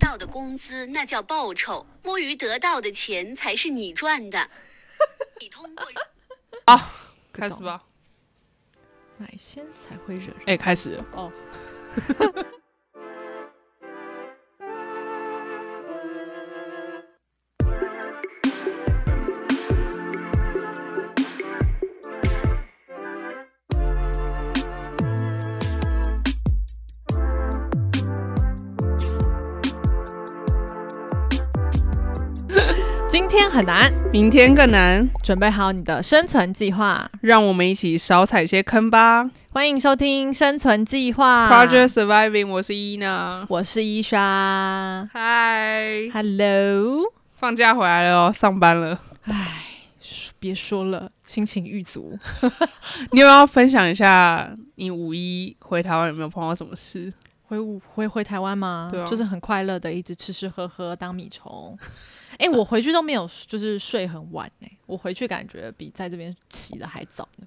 到的工资那叫报酬，摸鱼得到的钱才是你赚的。你通过开始吧。哪些才会惹人？哎，开始了。哦，今天很难，明天更难，准备好你的生存计划。让我们一起少踩些坑吧。欢迎收听《生存计划》 Project Surviving，我是伊娜。我是伊莎嗨， ，Hello。放假回来了哦，上班了。别说了，心情愈足。你有没有分享一下你五一回台湾有没有碰到什么事？回五回回台湾吗？对啊就是很快乐的，一直吃吃喝喝当米虫。 哎、我回去都没有，就是睡很晚哎、我回去感觉比在这边起的还早呢，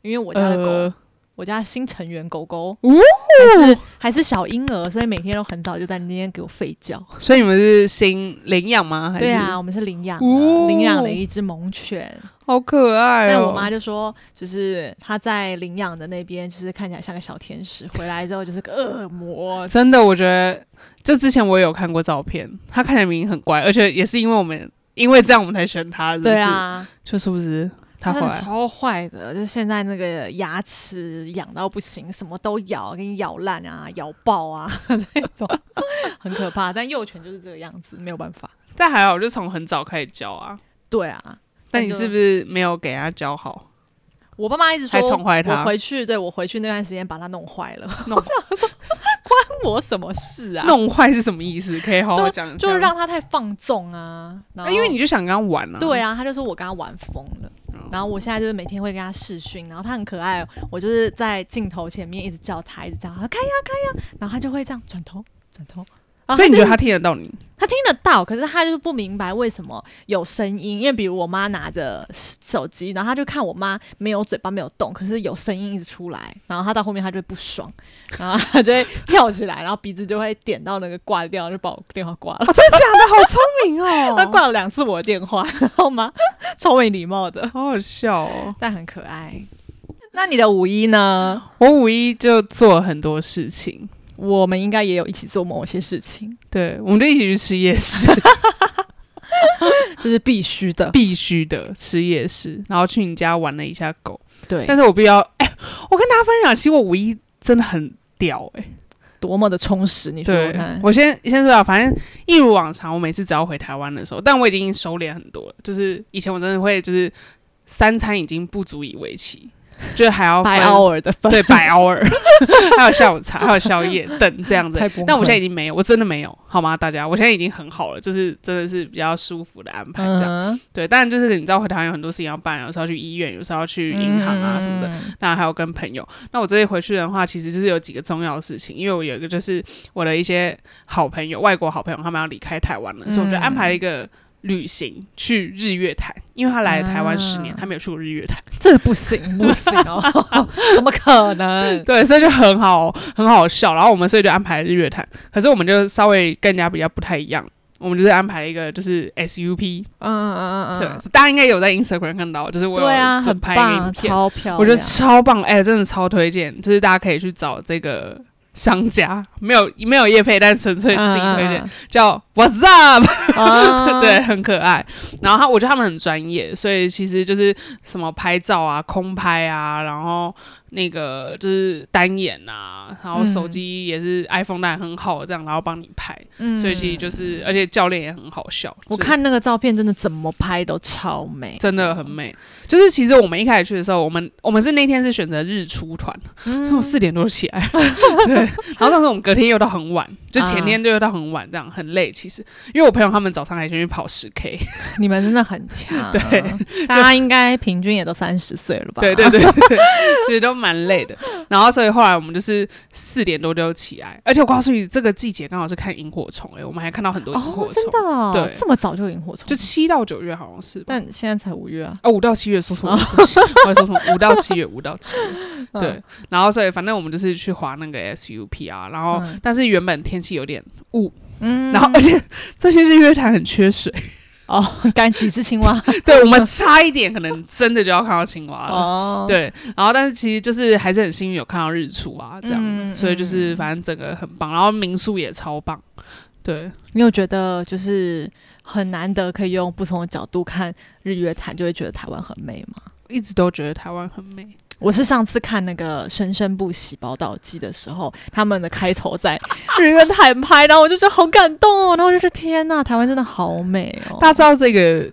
因为我我家的狗，我家新成员狗狗，哦还是还是小婴儿，所以每天都很早就在那边给我吠叫。所以你们是新领养吗？还是对啊，，我们是领养的，哦领养了一只猛犬。好可爱但我哦。妈就说，就是她在领养的那边，就是看起来像个小天使，回来之后就是个恶魔。真的，我觉得就之前我也有看过照片，它看起来明明很乖，而且也是因为我们因为这样我们才选它，是不是 对，啊，就是不是它回她真的来超坏的，就是现在那个牙齿痒到不行，什么都咬，给你咬烂啊，咬爆啊这种，很可怕。但幼犬就是这个样子，没有办法。但还好，就从很早开始教啊。对啊，但你是不是没有给它教好？我爸妈一直还说宠坏它我回去对我回去那段时间把它弄坏了，弄 关我什么事啊？弄坏是什么意思？可以好好讲一下吗，就是让它太放纵啊，然啊，后因为你就哦想跟它玩啊。对啊，他就说我跟他玩疯了，然后我现在就是每天会跟他视讯，然后他很可爱，我就是在镜头前面一直叫他，一直叫他开呀开呀，然后他就会这样转头转头。然后所以你觉得它他就听得到 你？他听得到，可是他就是不明白为什么有声音，因为比如我妈拿着手机，然后他就看我妈没有嘴巴没有动，可是有声音一直出来，然后他到后面他就会不爽，然后他就会跳起来，然后鼻子就会点到那个挂掉，就把我电话 挂了。啊真的假的？好聪明 哦他挂了两次我的电话，然后吗？超没礼貌的。好好笑哦！但很可爱。那你的五一呢？我五一就做了很多事情，我们应该也有一起做某些事情，对，我们就一起去吃夜 市，这是必须的。必须的吃夜市，然后去你家玩了一下狗。对但是我必须要，哎、我跟大家分享，其实我五一真的很屌哎、多么的充实，你说说对看，。我先先说啊，反正一如往常，我每次只要回台湾的时候，但我已经收敛很多了。就是以前我真的会，就是三餐已经不足以为奇，就是还 要白分 hour 的分， 对白 hour，还有 下午茶，还有宵夜等这样子太。崩溃但我现在已经没有，我真的没有，好吗？大家，我现在已经很好了，就是真的是比较舒服的安排这样。嗯，对，当然就是你知道回台湾有很多事情要办，有时候要去医院，有时候要去银行啊什么的。嗯那还有跟朋友。那我这次回去的话，其实就是有几个重要的事情，因为我有一个就是我的一些好朋友，外国好朋友，他们要离开台湾了，所以我嗯就安排了一个旅行去日月潭，因为他来台湾十年，啊他没有去过日月潭， 这不行不行 哦，怎么可能？对，所以就很好很好笑。然后我们所以就安排了日月潭，可是我们就稍微更加比较不太一样。我们就是安排了一个就是 SUP，、嗯嗯对，，大家应该有在 Instagram 看到，就是我对啊，有自很拍一个影棒，片，超漂亮。我觉得超棒，哎、真的超推荐，就是大家可以去找这个商家，没有没有业配，但纯粹自己推嗯荐，叫 What's Up，、 啊对，，很可爱。然后他，我觉得他们很专业，所以其实就是什么拍照啊、空拍啊，然后那个就是单眼啊，然后手机也是 iPhone 当然很好，这样然后帮你拍，嗯所以其实就是，而且教练也很好笑，我就是看那个照片，真的怎么拍都超美，真的很美。就是其实我们一开始去的时候，我们我们是那天是选择日出团，嗯所以我四点多起来， 对。然后上次我们隔天又到很晚，就前天就又到很晚，这样很累。其实因为我朋友他们早上还先去跑十 K，你们真的很强。 对大家应该平均也都三十岁了吧？对对对对，对其实都蛮累的。然后所以后来我们就是四点多就起来，而且我告诉你，这个季节刚好是看萤火虫，哎，我们还看到很多萤火哦，虫真，的、哦，对这么早就有萤火虫，就七到九月好像是吧，但现在才五月啊，哦，五到七月说错了，对不起我还说什么？五到七月，五到七月， 嗯对。然后所以反正我们就是去滑那个 SUP 啊，然后嗯但是原本天气有点雾，嗯然后而且这些日月潭很缺 水，哦，赶几只青蛙 对我们差一点可能真的就要看到青蛙了。哦，，对，然后但是其实就是还是很幸运有看到日出啊，这样，嗯所以就是反正整个很棒，然后民宿也超棒，对，你有觉得就是很难得可以用不同的角度看日月潭，就会觉得台湾很美吗？一直都觉得台湾很美。我是上次看那个《生生不息宝岛记》的时候，他们的开头在日月潭拍，然后我就觉得好感动哦，然后我就觉得天呐，台湾真的好美哦！大家知道这个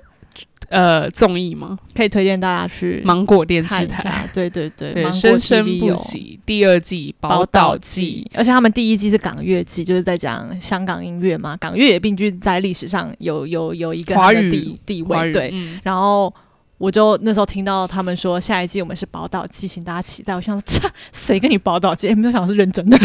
呃综艺吗？可以推荐大家去芒果电看视一台。下，对对对，对，芒果生生 TV 不有息第二季《宝岛记》，，而且他们第一季是港乐季，就是在讲香港音乐嘛。港乐也并居在历史上有有有一个华它的语地地华位，语对。嗯然后我就那时候听到他们说下一季我们是宝岛季，请大家期待。我想说，切谁跟你宝岛季？哎诶没有想到是认真 的。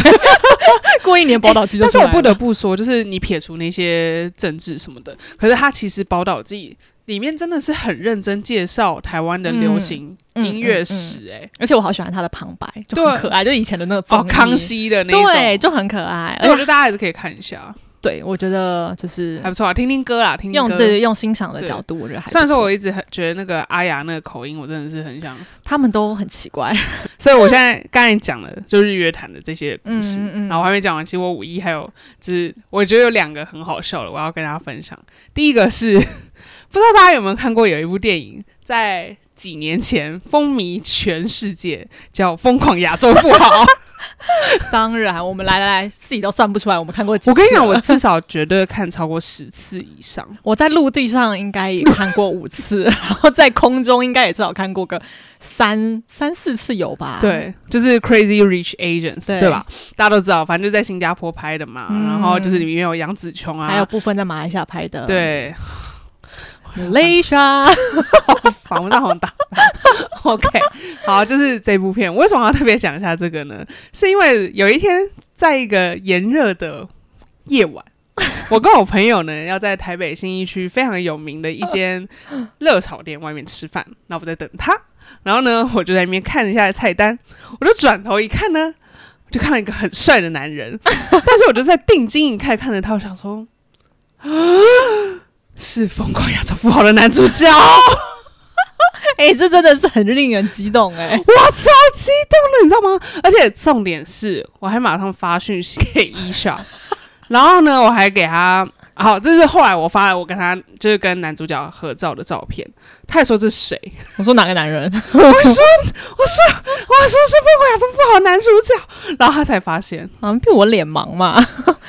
过一年宝岛季就但是出来我了、不得不说，就是你撇除那些政治什么的，可是它其实《宝岛记》里面真的是很认真介绍台湾的流行嗯音乐嗯嗯史、哎、而且我好喜欢他的旁白，就很对可爱，就以前的那个哦，综艺康。熙的那一种，对，就哎很可爱，所而以我且觉得大家还是可以看一下，对我觉得就是还不错啊，听听歌啦，听听用歌。对用欣赏的对角度，我觉得还不虽然说错我一直很觉得那个阿雅那个口音，我真的是很想，他们都很奇怪，所以我现在刚才讲了就日月潭的这些故事，嗯嗯嗯然后我还没讲完，其实我五一还有就是我觉得有两个很好笑的，我要跟大家分享。第一个 是不知道大家有没有看过有一部电影，在几年前风靡全世界，叫《疯狂亚洲富豪》。 当然，我们来来来，自己都算不出来，我们看过几次我跟你讲，我了至少绝对看超过十次以上。我在陆地上应该也看过五次，然后在空中应该也至少看过个三三四次有吧？，对，就是 Crazy Rich Agents，嗯对对吧？大家都知道，反正就在新加坡拍的嘛。嗯然后就是里面有杨紫琼啊，还有部分在马来西亚拍的。 对， ，Malaysia，访问到红打。OK，好，就是这部片。为什么要特别讲一下这个呢？是因为有一天在一个炎热的夜晚。我跟我朋友呢，要在台北新一区非常有名的一间热炒店外面吃饭，那我在等他，然后呢，我就在那边看一下菜单，我就转头一看呢，我就看到一个很帅的男人， 但是我就在定睛一看，看着他，我想说， 啊，是《疯狂亚洲富豪》的男主角，哎、这真的是很令人激动哎、我超激动的，你知道吗？而且重点是，我还马上发讯息给伊 莎，然后呢，我还给他，好，这是后来我发了我跟他就是跟男主角合照的照片，他也说这是谁，我说哪个男 人？我说我说是不管亚洲富豪男主角，然后他才发 现，好像比啊我脸盲嘛？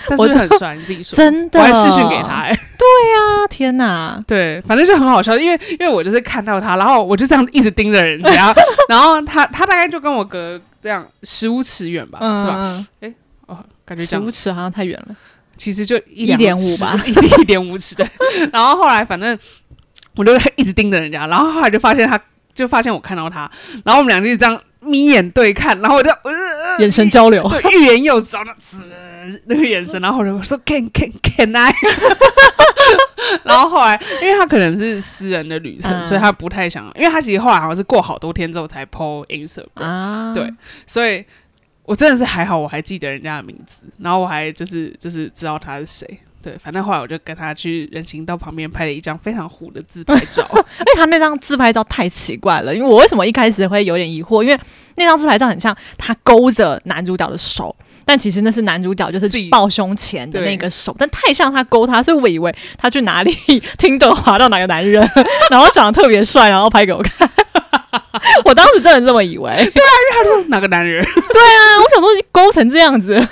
但是不是很帅，你自己说，真的我还视讯给他、哎，啊天哪！对，反正就很好笑，因为因为我就是看到他，然后我就这样一直盯着人 家，然后他他大概就跟我隔这样十五尺远吧，是吧？嗯，哦，感觉十讲五尺好像太远了。其实就一1.5两尺吧，一 一点五尺对。 然后后来反正我就一直盯着人家，然后后来就发现他，就发现我看到他，然后我们俩就一直这样眯眼对看，然后我 就我就呃眼神交流，对欲言又止，然后那呃那个眼神，然后我就说 Can Can Can I？然后后来，因为他可能是私人的旅程，嗯所以他不太想，因为他其实后来好像是过好多天之后才 PO Instagram，、啊，对所以我真的是还好，我还记得人家的名字，然后我还就是就是知道他是谁。对，反正后来我就跟他去人行道旁边拍了一张非常糊的自拍 照。而且他那张自拍照太奇怪了，因为我为什么一开始会有点疑惑？因为那张自拍照很像他勾着男主角的手，但其实那是男主角就是自己抱胸前的对那个手，但太像他勾他，所以我以为他去哪里 听的滑到哪个男人， 然后长得特别帅，然后拍给我看。我当时真的这么以为，对他说哪个男人？啊，我想说你勾成这样子，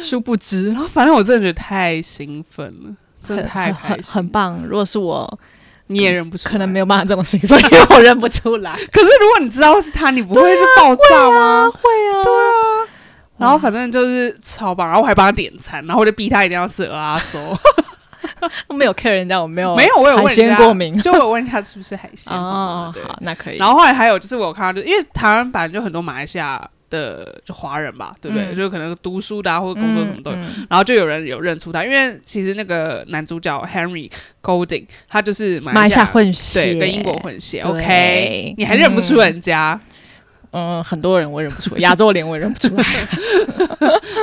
殊不知然后反正我真的觉得太兴奋了，真的很太开很心， 很，棒。如果是我，你也认不出来。可能没有办法这么兴奋，因为我认不出来。可是如果你知道是他，你不会是爆炸吗？会啊，对啊。然后反正就是超棒，然后我还帮他点餐，然后我就逼他一定要吃鹅阿酥。我没有 care 人家，我没有 没有，我有问哦海人家鲜过敏就我有问他是不是海鲜过敏哦，对好，那可以。然后后来还有就是我有看到，就因为台湾本来就很多马来西亚的就华人吧，对不对？嗯就可能读书的、啊、或者工作什么都有。嗯嗯然后就有人有认出他，因为其实那个男主角 Henry Golding，他就是马马来来西西亚亚混血，对，跟英国，混血。对 OK，你还认不出人家？嗯 嗯，很多人我也认不出，亚洲脸我也认不出来。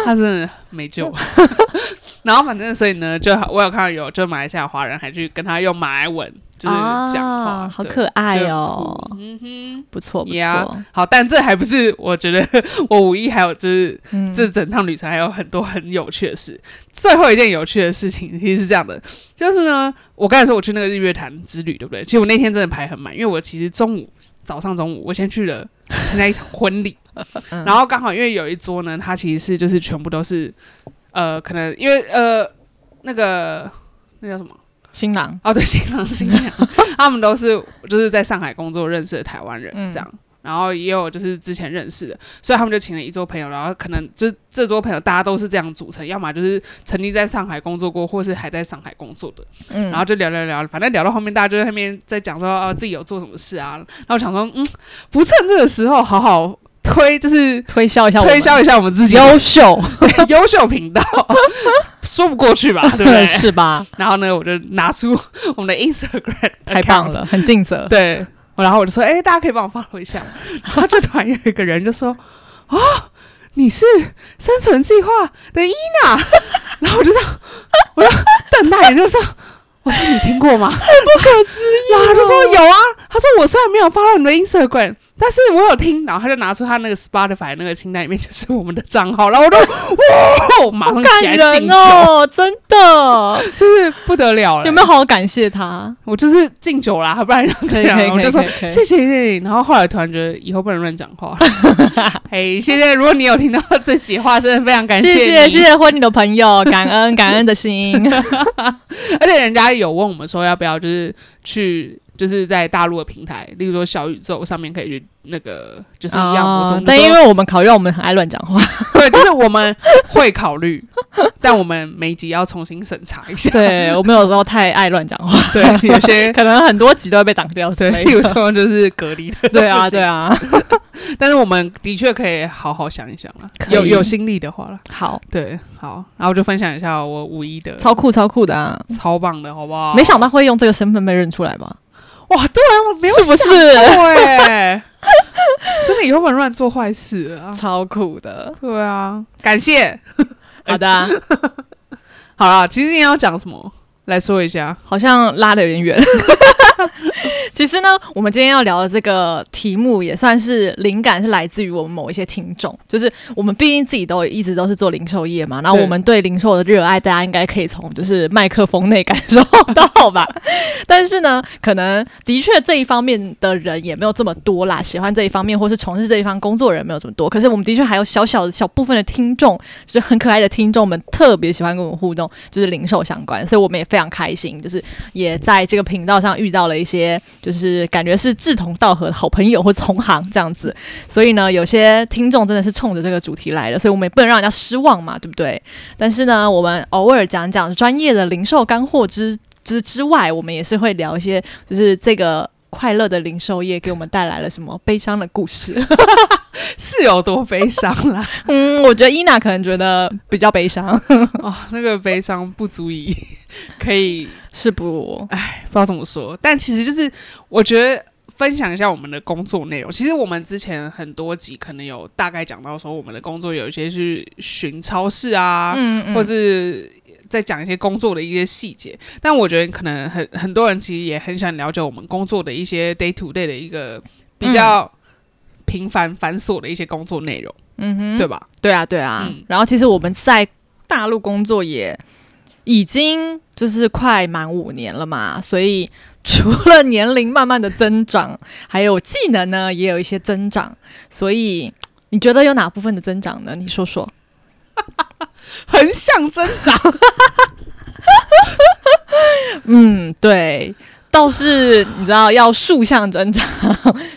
他真的没救。嗯 然后反正所以呢，就我有看到有就马来西亚华人还去跟他用马来文就是讲话，啊好对可爱哦就哭嗯哼。不错不错 Yeah 好，但这还不是我觉得 我五一还有就是嗯这整趟旅程还有很多很有趣的事。最后一件有趣的事情其实是这样的，就是呢，我刚才说我去那个日月潭之旅，对不对？其实我那天真的排很满，因为我其实中午、早上、中午我先去了参加一场婚礼，然后刚好因为有一桌呢，它其实是就是全部都是呃，可能因为呃那个那叫什么？新郎哦，对，新郎新娘， 他们都是就是在上海工作认识的台湾人嗯这样，然后也有就是之前认识的，所以他们就请了一桌朋友，然后可能就是这桌朋友大家都是这样组成，要么就是曾经在上海工作过，或是还在上海工作的，嗯然后就聊聊聊，反正聊到后面大家就在那边在讲说哦自己有做什么事啊，然后我想说嗯，不趁这个时候好好推就是。推销一下我们推销一下我们自己优秀 优秀频道， 说不过去吧，对 不对？是吧？然后呢，我就拿出我们的 Instagram，太棒，了，很尽责。对。然后我就说，哎、大家可以帮我 follow 一 下吗。然后就突然有一个人就说，哦，你是生存计划的伊娜。 然后我就这样，我就瞪大眼就说，我说你听过 吗？太不可思议、哦然后他就说有啊，他说我虽然没有 follow 你的 Instagram，但是我有听。然后他就拿出他那个 Spotify 那个清单里面就是我们的账号，然后我就哇，马上起来感敬人酒，哦，真 的，就是不得了了。有没有好好感谢他？我就是敬酒啦，不然要可这以 可以啊样，我可以就说可以可以谢谢谢谢你。然后后来突然觉得以后不能乱讲 话。哎，谢谢！如果你有听到这集的话，真的非常感谢你。谢谢谢婚礼的朋友，感恩感恩的心。而且人家有问我们说要不要就是去就是在大陆的平台，例如说小宇宙上面可以去那个就是一样播哦送。但因为为我们烤肉，我们很爱乱讲话，对，就是我们会考虑， 但我们每集要重新审查一 下。 对我们有时候太爱乱讲话，对，有些 可能很多集都会被挡掉 之对，类例如的。说就是隔离的。啊对啊， 对。啊，但是我们的确可以好好想一想了，可以有有心力的话了。好，对，好，然后就分享一下我五一的超酷超酷的啊！超棒的，好不好？没想到会用这个身份被认出来吧？哇，对啊，我没有是不想是？过哎，真的以后不能乱做坏事啊。 超酷的，对啊，感谢。好的啊，好了，其实你要讲什么？来说一 下，好像拉的有点远。 其实呢，我们今天要聊的这个题目也算是灵感，是来自于我们某一些听众，就是我们毕竟自己都一直都是做零售业嘛，然后对我们对零售的热爱，大家应该可以从就是麦克风内感受到吧。 但是呢，可能的确这一方面的人也没有这么多啦，喜欢这一方面或是从事这一方工作的人没有这么多。可是我们的确还有小小小部分的听众，就是很可爱的听众们，特别喜欢跟我们互动，就是零售相关，所以我们也非常开心，就是也在这个频道上遇到了一些，就是感觉是志同道合的好朋友或同行这样子。所以呢，有些听众真的是冲着这个主题来的，所以我们也不能让人家失望嘛，对不对？但是呢，我们偶尔讲讲专业的零售干货之之之外，我们也是会聊一些，就是这个。快乐的零售业给我们带来了什么悲伤的故 事？是哦有多悲伤啦？嗯，我觉得伊娜可能觉得比较悲伤， 哦，那个悲伤不足以 可以是不？不知道怎么说，但其实就是我觉得分享一下我们的工作内容。其实我们之前很多集可能有大概讲到说，我们的工作有一些是巡超市啊，嗯嗯或是在讲一些工作的一些细节。但我觉得可能很很多人其实也很想了解我们工作的一些 day to day 的一个比较平凡繁琐的一些工作内容，嗯哼，对吧？对啊，对啊。嗯然后其实我们在大陆工作也已经就是快满五年了嘛，所以除了年龄慢慢的增长，还有技能呢也有一些增长。所以你觉得有哪部分的增长呢？你说说。横向增长， 嗯，对。倒是你知道，要竖向增长、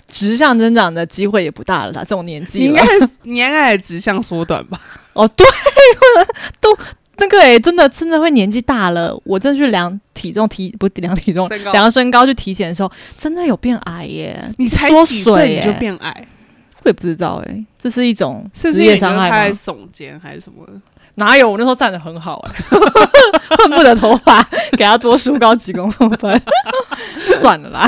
直向增长的机会也不大了啦。这种年你纪应了该，你应该指向缩短吧？哦，对， 都那个诶、真的真的会年纪大了，我真的去量体重体不量体重身高量身高去体检的时候，真的有变矮耶，你才缩几水岁你就耶变矮？我也不知道诶、这是一种是不职是因为业你觉伤得他害在吗？耸肩还是什么的？哪有，我那时候站得很好诶、 恨不得头发给他多梳高几公分， 算了 啦。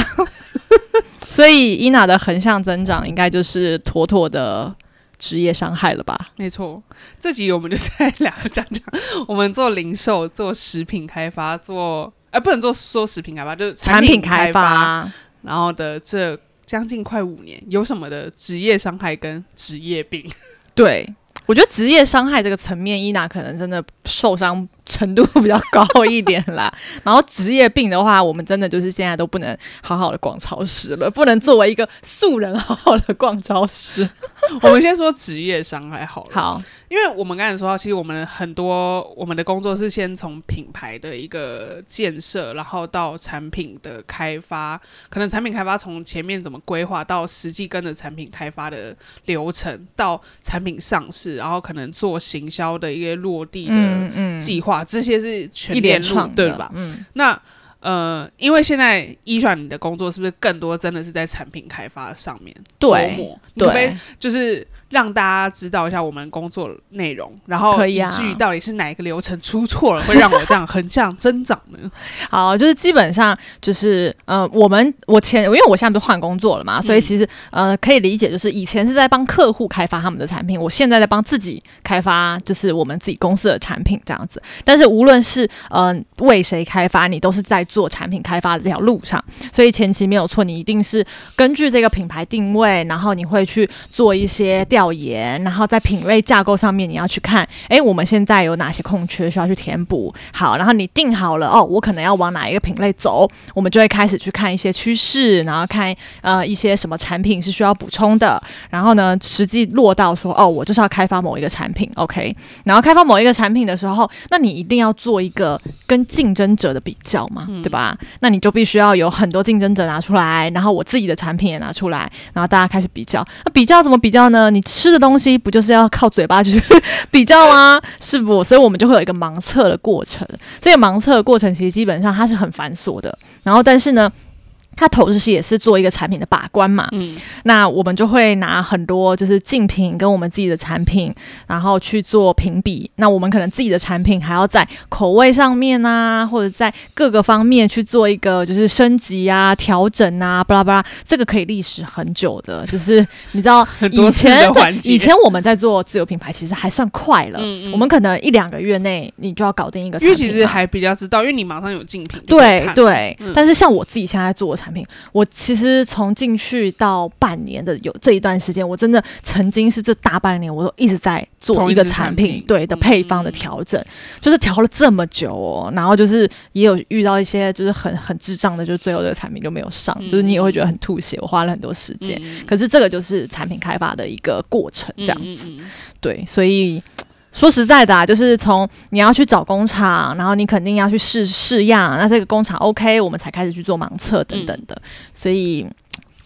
所以伊娜的横向增长应该就是妥妥的职业伤害了吧？没错，这集我们就是在聊讲讲我们做零售、做食品开发、做呃不能做说食品开发，就是产品开发，，然后的这将近快五年有什么的职业伤害跟职业病，对。我觉得职业伤害这个层面，伊娜可能真的受伤程度比较高一点啦。 然后职业病的话，我们真的就是现在都不能好好的逛超市了，不能作为一个素人好好的逛超市。我们先说职业伤害好了。好，因为我们刚才说到，其实我们很多我们的工作是先从品牌的一个建设，然后到产品的开发，可能产品开发从前面怎么规划，到实际跟着产品开发的流程，到产品上市，然后可能做行销的一些落地的嗯嗯，计划，这些是全一连链路串对的吧？嗯，那呃，因为现在依选你的工作是不是更多真的是在产品开发上面对琢磨你可不可以对，就是让大家知道一下我们工作内容，然后可以以啊至于到底是哪一个流程出错了，会让我这样横向增长 呢？好，就是基本上就是呃，我们我前因为我现在不是换工作了嘛，所以其实呃可以理解，就是以前是在帮客户开发他们的产品，我现在在帮自己开发，就是我们自己公司的产品这样子。但是无论是呃为谁开发，你都是在做产品开发的这条路上，所以前期没有错，你一定是根据这个品牌定位，然后你会去做一些调研，然后在品类架构上面你要去看，诶，哎我们现在有哪些空缺需要去填补？好，然后你定好了哦，我可能要往哪一个品类走，我们就会开始去看一些趋势，然后看呃一些什么产品是需要补充的，然后呢实际落到说哦，我就是要开发某一个产品，OK，然后开发某一个产品的时候，那你一定要做一个跟竞争者的比较嘛，对吧？那你就必须要有很多竞争者拿出来，然后我自己的产品也拿出来，然后大家开始比较。那比较怎么比较呢？你吃的东西不就是要靠嘴巴去 比较吗？是不？所以我们就会有一个盲测的过程。这个盲测的过程其实基本上它是很繁琐的，然后但是呢。它同时也是做一个产品的把关嘛，嗯，那我们就会拿很多就是竞品跟我们自己的产品，然后去做评比。那我们可能自己的产品还要在口味上面啊，或者在各个方面去做一个就是升级啊、调整啊，巴拉巴拉，这个可以历史很久的。就是你知 道很以多次前的对环节，以前我们在做自由品牌，其实还算快了。嗯嗯我们可能一两个月内你就要搞定一个产因品为嘛，其实还比较知道，因为你马上有竞品就可以对看，对、嗯但是像我自己现在做的产品，我其实从进去到半年的有这一段时间，我真的曾经是这大半年我都一直在做同一一个支产产品品对的配方的嗯调整，就是调了这么久哦，然后就是也有遇到一些就是很很智障的，就是最后这个产品就没有上，就是你也会觉得很吐血，我花了很多时间、嗯可是这个就是产品开发的一个过程，这样子。嗯嗯嗯对，所以说实在的、啊，就是从你要去找工厂，然后你肯定要去试试样，那这个工厂 OK，我们才开始去做盲测等等的。所以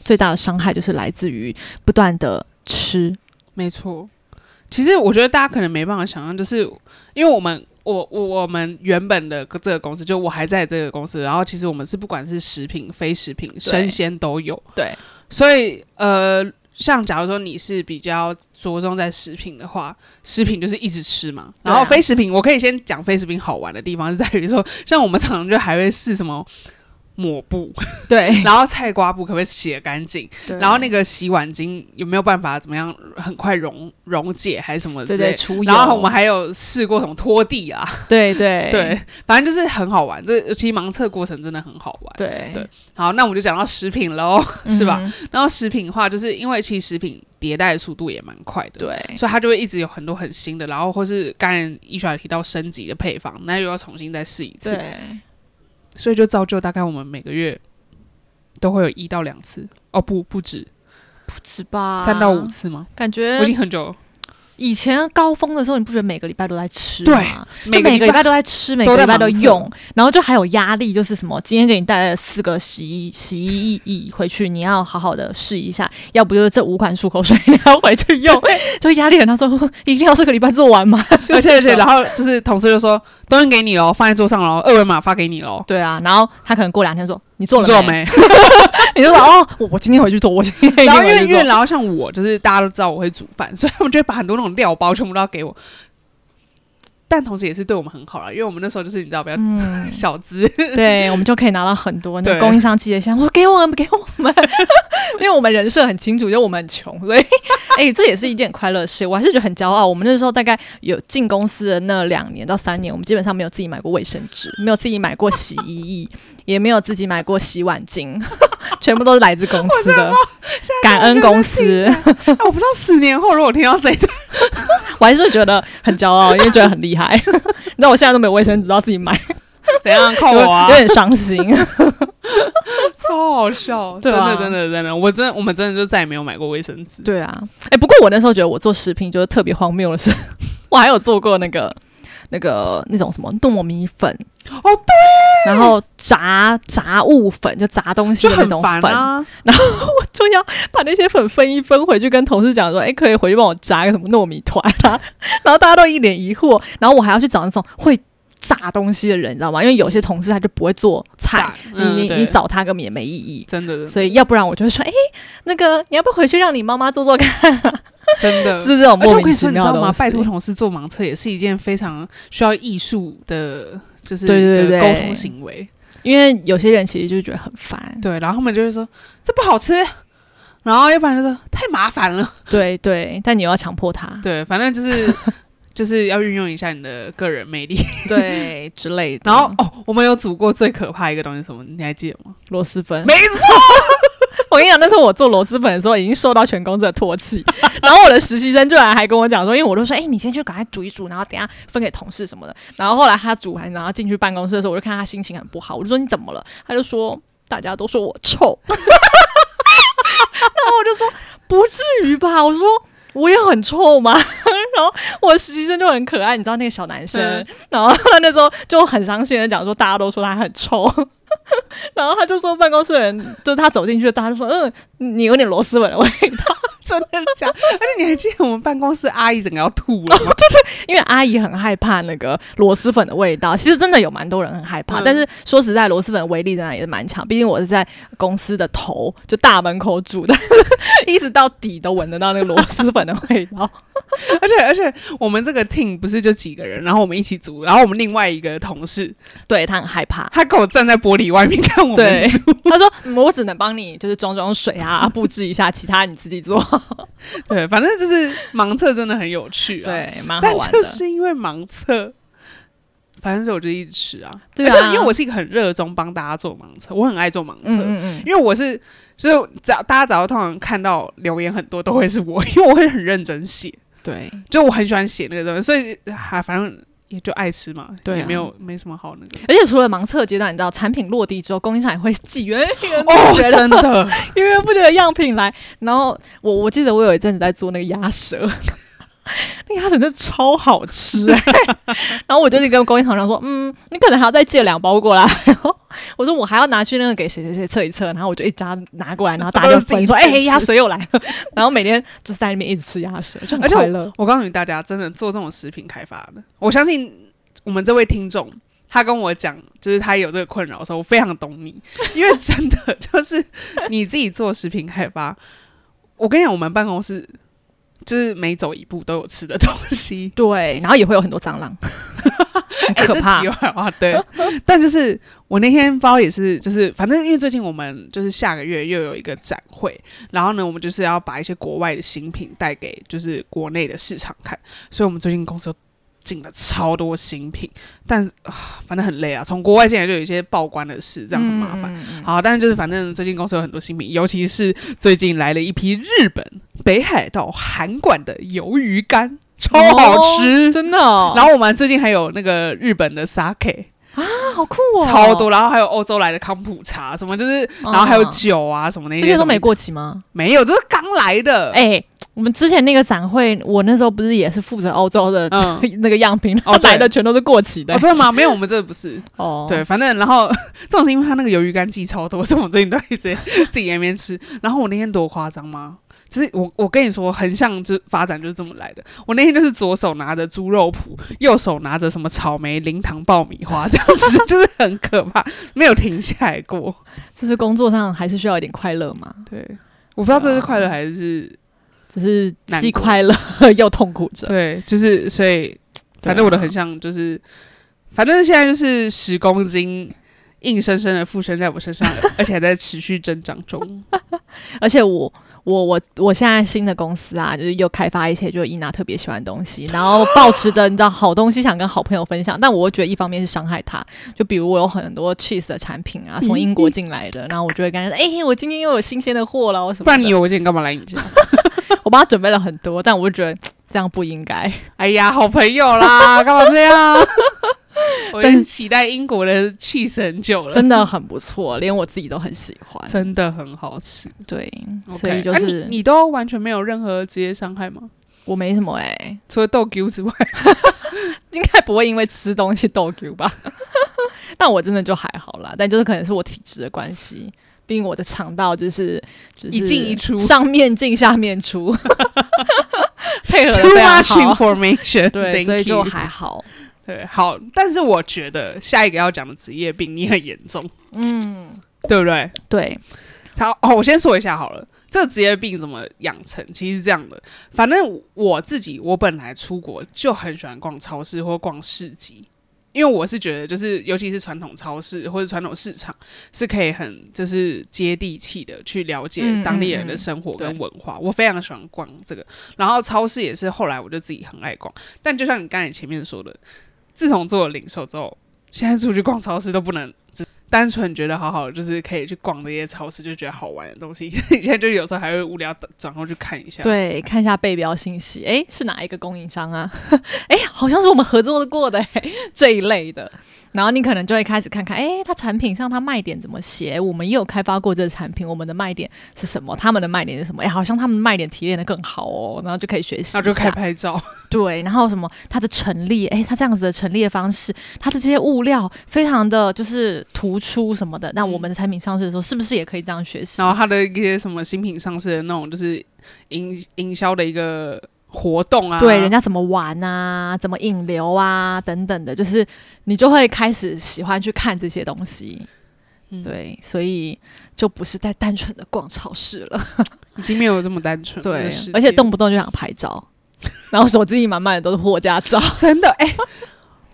最大的伤害就是来自于不断的吃，没错，嗯其实我觉得大家可能没办法想象，就是因为我们。我我我们原本的这个公司，就我还在这个公司，然后其实我们是不管是食品、非食品、生鲜都有，对，所以呃，像假如说你是比较着重在食品的话，食品就是一直吃嘛。对然啊后非食品，我可以先讲非食品好玩的地方是在于说，像我们常常就还会试什么抹 布， 对，然后菜瓜布可不可以洗得干净，然后那个个洗碗巾有没有办法怎么样很快溶溶解还是什么之对类的对出油，哎然后我们还有试过什么拖地啊，对对 对，反正就是很好玩。这其实盲测过程真的很好玩。对对好，那我们就讲到食品喽，是吧？嗯然后食品的话，就是因为其实食品迭代的速度也蛮快的，， 对，所以它就会一直有很多很新的，然后或是刚才医学提到升级的配方，那又要重新再试一次，对，所以就造就大概我们每个月都会有一到两次，哦不不止不止吧，三到五，次吗？感我觉已经很久了，以前高峰的时候，你不觉得每个礼拜都在吃对吗？就个每个礼拜拜都在吃，每个礼拜都都在用，然后就还有压力，就是什么，今天给你带来了四个洗衣洗衣液回去，你要好好的试一下，要不就是这五款漱口水你要回 去用，就压力很大。说哦一定要这个礼拜做完吗？而且而这且种然后就是同事就说东西给你喽，放在桌上喽，二维码发给你喽，对啊，然后他可能过两天说你做你了做没？没？ 你就说哦，我我今天回去做，我今 天一定然后因回为去因为做。然后像我就是大家都知道我会煮饭， 所以他们就会把很多那种料包全部都要给我。但同时也是对我们很好啦，因为我们那时候就是你知道比较嗯，小资， 对，我们就可以拿到很多那个对供应 商寄的箱，我给我们给我们，因为我们人设很清楚，就我们很穷，所以 哎、这也是一件快乐事，我还是觉得很骄傲。我们那时候大概有进公司的那两年到三年，我们基本上没有自己买过卫生纸，没有自己买过洗衣液，也没有自己买过洗碗巾， 全部都是来自 公司的。感恩公司，哎我不知道十年后如果听到这一段，我还是觉得很骄傲，因为觉得很厉害。 你知道我现在都没有卫生纸，要自己买，怎样扣有我啊有？点伤心。 超好笑，对真啊的真的真的，我真的我们真的就再也没有买过卫生纸。对啊，哎、不过我那时候觉得我做食品就是特别荒谬的事，我还有做过那个那个那种什么糯米粉哦，对，然后炸炸物粉，就炸东西就的那很种烦粉，啊。就要把那些粉分一分回去跟同事讲说，哎，可以回去帮我炸个什么糯米团啊， 然后大家都一脸疑惑，然后我还要去找那种会。炸东西的人，你知道吗？因为有些同事他就不会做菜炸，嗯你你对你找他根本也没意义。真的，所以要不然我就会说，哎、那个你要不要回去让你妈妈做做看？真的， 就是这种呃而且莫我跟名你其说，你知妙的道吗东？西拜托，同事做盲测也是一件非常需要艺术的，就是对对的对沟通行为。因为有些人其实就觉得很烦。对，然后他们就会说这不好吃，然后要不然就说太麻烦了。对对，但你又要强迫他，对，反正就是 就是要运用一下你的个人魅力。对之类的。然后哦，我们有组过最可怕一个东西是什么？你还记得吗？螺蛳粉，没错，我跟你讲，那时候我做螺蛳粉的时候，已经受到全公司的唾弃。 然后我的实习生居然还跟我讲说，因为我都说，哎、你先去赶快煮一煮，然后等一下分给同事什么的。然后后来他煮完，然后进去办公室的时候，我就看他心情很不好，我就说你怎么了？他就说大家都说我臭。 然后我就说不至于吧，我说。我也很臭吗？ 然后我实习生就很可爱，你知道那个小男生，嗯然后他那时候就很伤心的讲说，大家都说他很臭， 然后他就说办公室的人，就是他走进去，大家就说，嗯，你有点螺蛳粉的味道，真的假的？而且你还记得我们办公室阿姨整个要吐了吗？ 因为阿姨很害怕那个螺蛳粉的味道。其实真的有蛮多人很害怕，嗯但是说实在，螺蛳粉的威力真的也是蛮强。毕竟我是在公司的头，就大门口煮的， 一直到底都闻得到那个螺蛳粉的味 道。而且而且我们这个 team 不是就几个人，然后我们一起组，然后我们另外一个同事对他很害怕。他跟我站在玻璃外面 看我对们组，， 他说、嗯我只能帮你就是装装水啊，布置一下，其他你自 己做。对，反正就是盲测真的很有趣啊。，对，蛮好但玩的。就是因为盲测，反正是我就一直吃啊。对啊而且因为我是一个很热衷帮大家做盲测，我很爱做盲测，嗯嗯嗯，因为我是就是只要大家只要通常看到留言很多都会是我， 因为我会很认真写，对，就我很喜欢写那个东西，所以还、反正也就爱吃嘛，对啊也没有没什么好那个。而且除了盲测阶段，你知道产品落地之后，供应商也会寄 源源不哦，绝的、真的，源源不绝的样品来。然后我我记得我有一阵子在做那个鸭舌， 那个鸭舌真的超好吃、欸。 然后我就去跟供应厂商说，嗯，你可能还要再寄两包过来。 然后我说我还要拿去那个给谁谁谁测一测。然后我就一家拿过来，然后大家就 分说，哎、鸭舌又来了。 然后每天就是在那边一直吃鸭舌，就而很且快乐。，我告诉你大家，真的做这种食品开发的，我相信我们这位听众，他跟我讲，就是他有这个困扰的时候，我非常懂你， 因为真的就是你自己做食品开发，我跟你讲，我们办公室就是每走一步都有吃的东西对，然后也会有很多蟑 螂，很哎可怕。这题外话对。 但就是我那天包也是，就是反正因为最近我们就是下个月又有一个展会，然后呢，我们就是要把一些国外的新品带给就是国内的市场看，所以我们最近公司又进了超多新品，但啊，反正很累啊，从国外进来就有一些报关的事，这样很麻烦。嗯嗯嗯好，但是就是反正最近公司有很多新品，尤其是最近来了一批日本北海道函馆的鱿鱼干，超好吃，哦真的哦、然后我们最近还有那个日本的 sake，、啊，好酷哦，超多，，然后还有欧洲来的康普茶什么，就是然后还有酒啊什么那些嗯这东西，些都没过期吗？没有，这是刚来的。哎、我们之前那个展会，我那时候不是也是负责欧洲的、嗯 那个样品，哦 他对买的全都是过期的哦，。真的吗？没有，我们这不是。哦，对，，反正然后这种是因为它那个鱿鱼干寄超多，所以我们最近都一直自己在那边吃。然后我那天多夸张吗？就是我我跟你说，横向就发展就是这么来的。我那天就是左手拿着猪肉脯，右手拿着什么草莓、零糖爆米花这样吃， 就是很可怕，没有停下来过。就是工作上还是需要一点快乐嘛，对，我不知道这是快乐还是只是难既过快乐 又痛苦着。对，就是所以，反正我的很像就是，反正现在就是十公斤硬生生的附身在我身上，而且还在持续增长中。而且我我我我现在新的公司啊，就是又开发一些就伊娜特别喜欢的 东西，然后保持着你知道好东西想跟好朋友分享，但我又觉得一方面是伤害他，就比如我有很多 cheese 的产品啊，从英国进来的，然后我就会跟他说，哎、我今天又有新鲜的货了，我什么的？不然你有我见干嘛来你家？我帮他准备了很多，但我就觉得嘖这样不应该。哎呀，好朋友啦，干嘛这样？ 我已经期待英国的 cheese 很久了，真的很不错，连我自己都很喜欢。真的很好吃。对 OK 所以就啊是、你你都完全没有任何职业伤害吗？我没什么哎、除了豆丢之外，应该不会因为吃东西逗 Q 吧？ 但我真的就还好啦，但就是可能是我体质的关系，毕竟我的肠道就是就是一进一出上面进下面出， 配合 的 too 非 much 常啊好。 information，对， Thank 所以就 you 还好。对好。但是我觉得下一个要讲的职业病你很严重，嗯，对不对？对，他哦，我先说一下好了，这个职业病怎么养成？其实是这样的，反正我自己我本来出国就很喜欢逛超市或逛市集，因为我是觉得就是尤其是传统超市或者传统市场是可以很就是接地气的去了嗯解嗯当地人的嗯生活跟对文化，我非常喜欢逛这个。然后超市也是后来我就自己很爱逛，但就像你刚才前面说的，自从做了零售之后，现在出去逛超市都不能只单纯觉得好好，就是可以去逛这些超市，就觉得好玩的东西。 现在就有时候还会无聊地转过去看一下。，对，看一下背标信息，诶，是哪一个供应商啊？ 诶，好像是我们合作过的、诶 这一类的。然后你可能就会开始看看，诶，它产品上它卖点怎么写？我们也有开发过这个产品，我们的卖点是什么？他们的卖点是什么？诶，好像他们卖点提炼的更好哦，然后就可以学习然后一就开下始拍照，对，然后什么它的陈列，诶，它这样子的陈列方式，它的这些物料非常的就是突出什么的。那我们的产品上市的时候，是不是也可以这样学习？然后它的一些什么新品上市的那种，就是营营销的一个活动啊，对人家怎么玩啊，怎么引流啊，等等的，就是你就会开始喜欢去看这些东西。嗯对，所以就不是在单纯的逛超市 了，已经没有这么单纯了。对世，界而且动不动就想拍照， 然后手机里满满的都是货架照。 真的哎、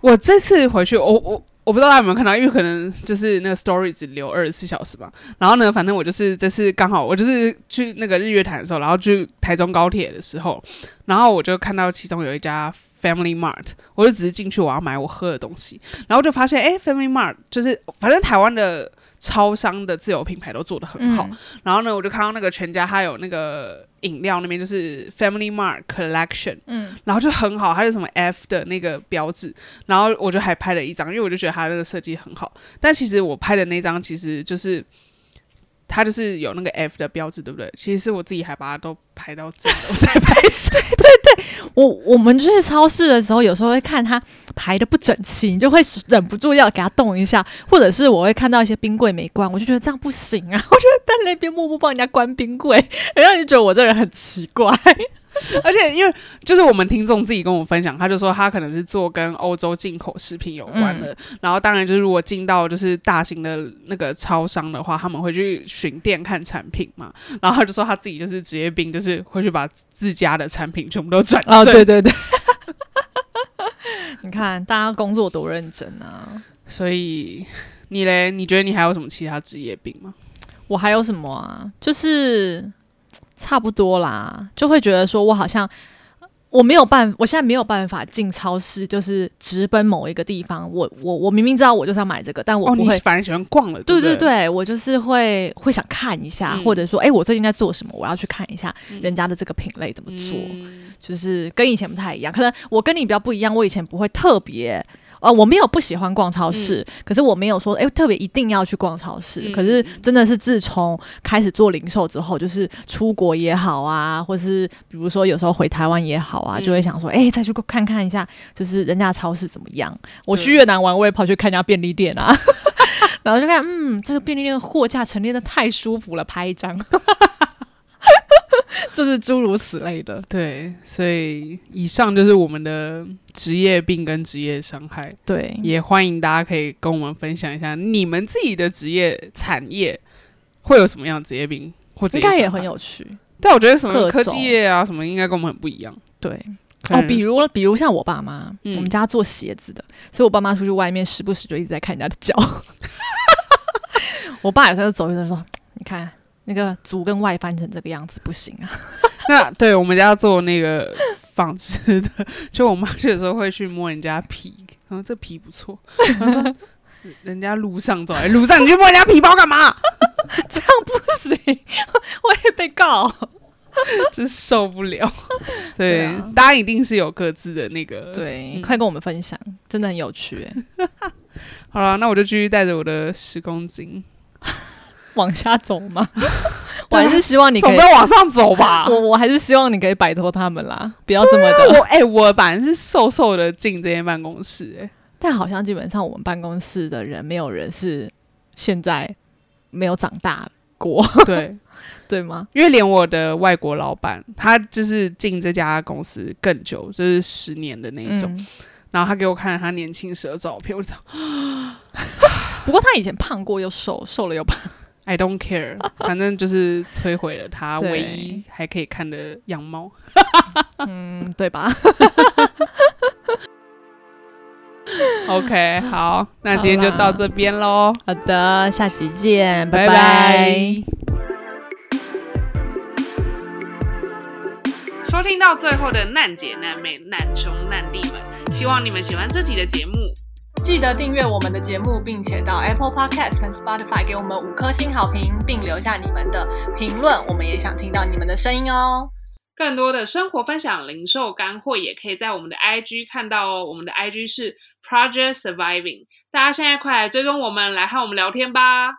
我这次回去，我我。我不知道大家有没有看到，因为可能就是那个 story 只留二十四小时吧。然后呢，反正我就是这次刚好，我就是去那个日月潭的时候，然后去台中高铁的时候，然后我就看到其中有一家 Family Mart，我就只是进去我要买我喝的东西，然后就发现哎、f a m i l y Mart 就是反正台湾的超商的自有品牌都做得很好，嗯然后呢，我就看到那个全家它有那个饮料那边就是 Family Mart Collection，嗯，然后就很好，它有什么 F 的那个标志，然后我就还拍了一张，因为我就觉得它那个设计很好。但其实我拍的那张其实就是它就是有那个 F 的标志，对不对？其实是我自己还把它都拍到正的，我再拍正。我我们去超市的时候，有时候会看它排的不整齐，你就会忍不住要给它动一下，或者是我会看到一些冰柜没关，我就觉得这样不行啊， 我就会在那边默默帮人家关冰柜， 然后你就觉得我这人很奇怪。 而且因为就是我们听众自己跟我分享，他就说他可能是做跟欧洲进口食品有关的，嗯然后当然就是如果进到就是大型的那个超商的话，他们会去巡店看产品嘛，然后他就说他自己就是职业病，就是会去把自家的产品全部都转正。哦，对对对， 你看大家工作多认真啊！所以你嘞，你觉得你还有什么其他职业病吗？我还有什么啊？就是差不多啦，就会觉得说我好像我没有办，我现在没有办法进超市，就是直奔某一个地方。我我我明明知道我就是要买这个，但我哦，不你会。反而喜欢逛了，对对对不对，对，我就是会会想看一下，嗯或者说，哎，我最近在做什么？我要去看一下人家的这个品类怎么做。嗯就是跟以前不太一样。可能我跟你比较不一样，我以前不会特别。呃，我没有不喜欢逛超市，可是我没有说哎、特别一定要去逛超市。嗯可是真的是自从开始做零售之后，就是出国也好啊，或是比如说有时候回台湾也好啊，嗯就会想说哎、再去看看一下，就是人家的超市怎么样。我去越南玩，我也跑去看人家便利店 啊，然后就看嗯，这个便利店的货架陈列的太舒服了，拍一张， 就是诸如此类的。对，所以以上就是我们的职业病跟职业伤害。对，也欢迎大家可以跟我们分享一下你们自己的职业产业会有什么样的职业病，或职应业该也伤害很。有趣。但我觉得什么各科种技业啊什么，应该跟我们很不一样。嗯对，可哦，能比如了比如像我爸妈，嗯我们家做鞋子的，所以我爸妈出去外面时 不时就一直在看人家的脚。我爸有时候走一走说：“你看啊那个足跟外翻成这个样子不行啊。那对我们家做那个纺织的，就我妈有时候会去摸人家皮，然后这皮不错，她 说人家路上走在路上，你去摸人家皮包干嘛？这样不行，我 也被告。真受不了。对，对啊大家一定是有各自的那个。， 对，嗯快跟我们分享，真的很有趣欸、好了，那我就继续带着我的十公斤， 往下走 吗？我还是希望你可总以不，要往上走吧？ 我我还是希望你可以摆脱他们啦，不要这么的。 我哎、我本来是瘦瘦的进这间办公室、哎， 但好像基本上我们办公室的人，没有人是现在没有长大过， 对，对吗？因为连我的外国老板，他就是进这家公司更久，就是十年的那一种。嗯然后他给我看他年轻时的照片，我就想不过他以前胖过又瘦，瘦了又胖， I don't care，反正就是摧毁了他对唯一还可以看的样貌。嗯，对吧？ OK，好，那今天就好啦到这边喽。 好的，下集见，拜拜拜。收听到最后的难姐、难妹、难兄、难弟们，希望你们喜欢这集的节目。记得订阅我们的节目，并且到 Apple Podcast 跟 Spotify 给我们五颗星好评，并留下你们的评论。我们也想听到你们的声音哦。更多的生活分享、零售干货，也可以在我们的 IG 看到哦。我们的 IG 是 Project Surviving，大家现在快来追踪我们，来和我们聊天吧。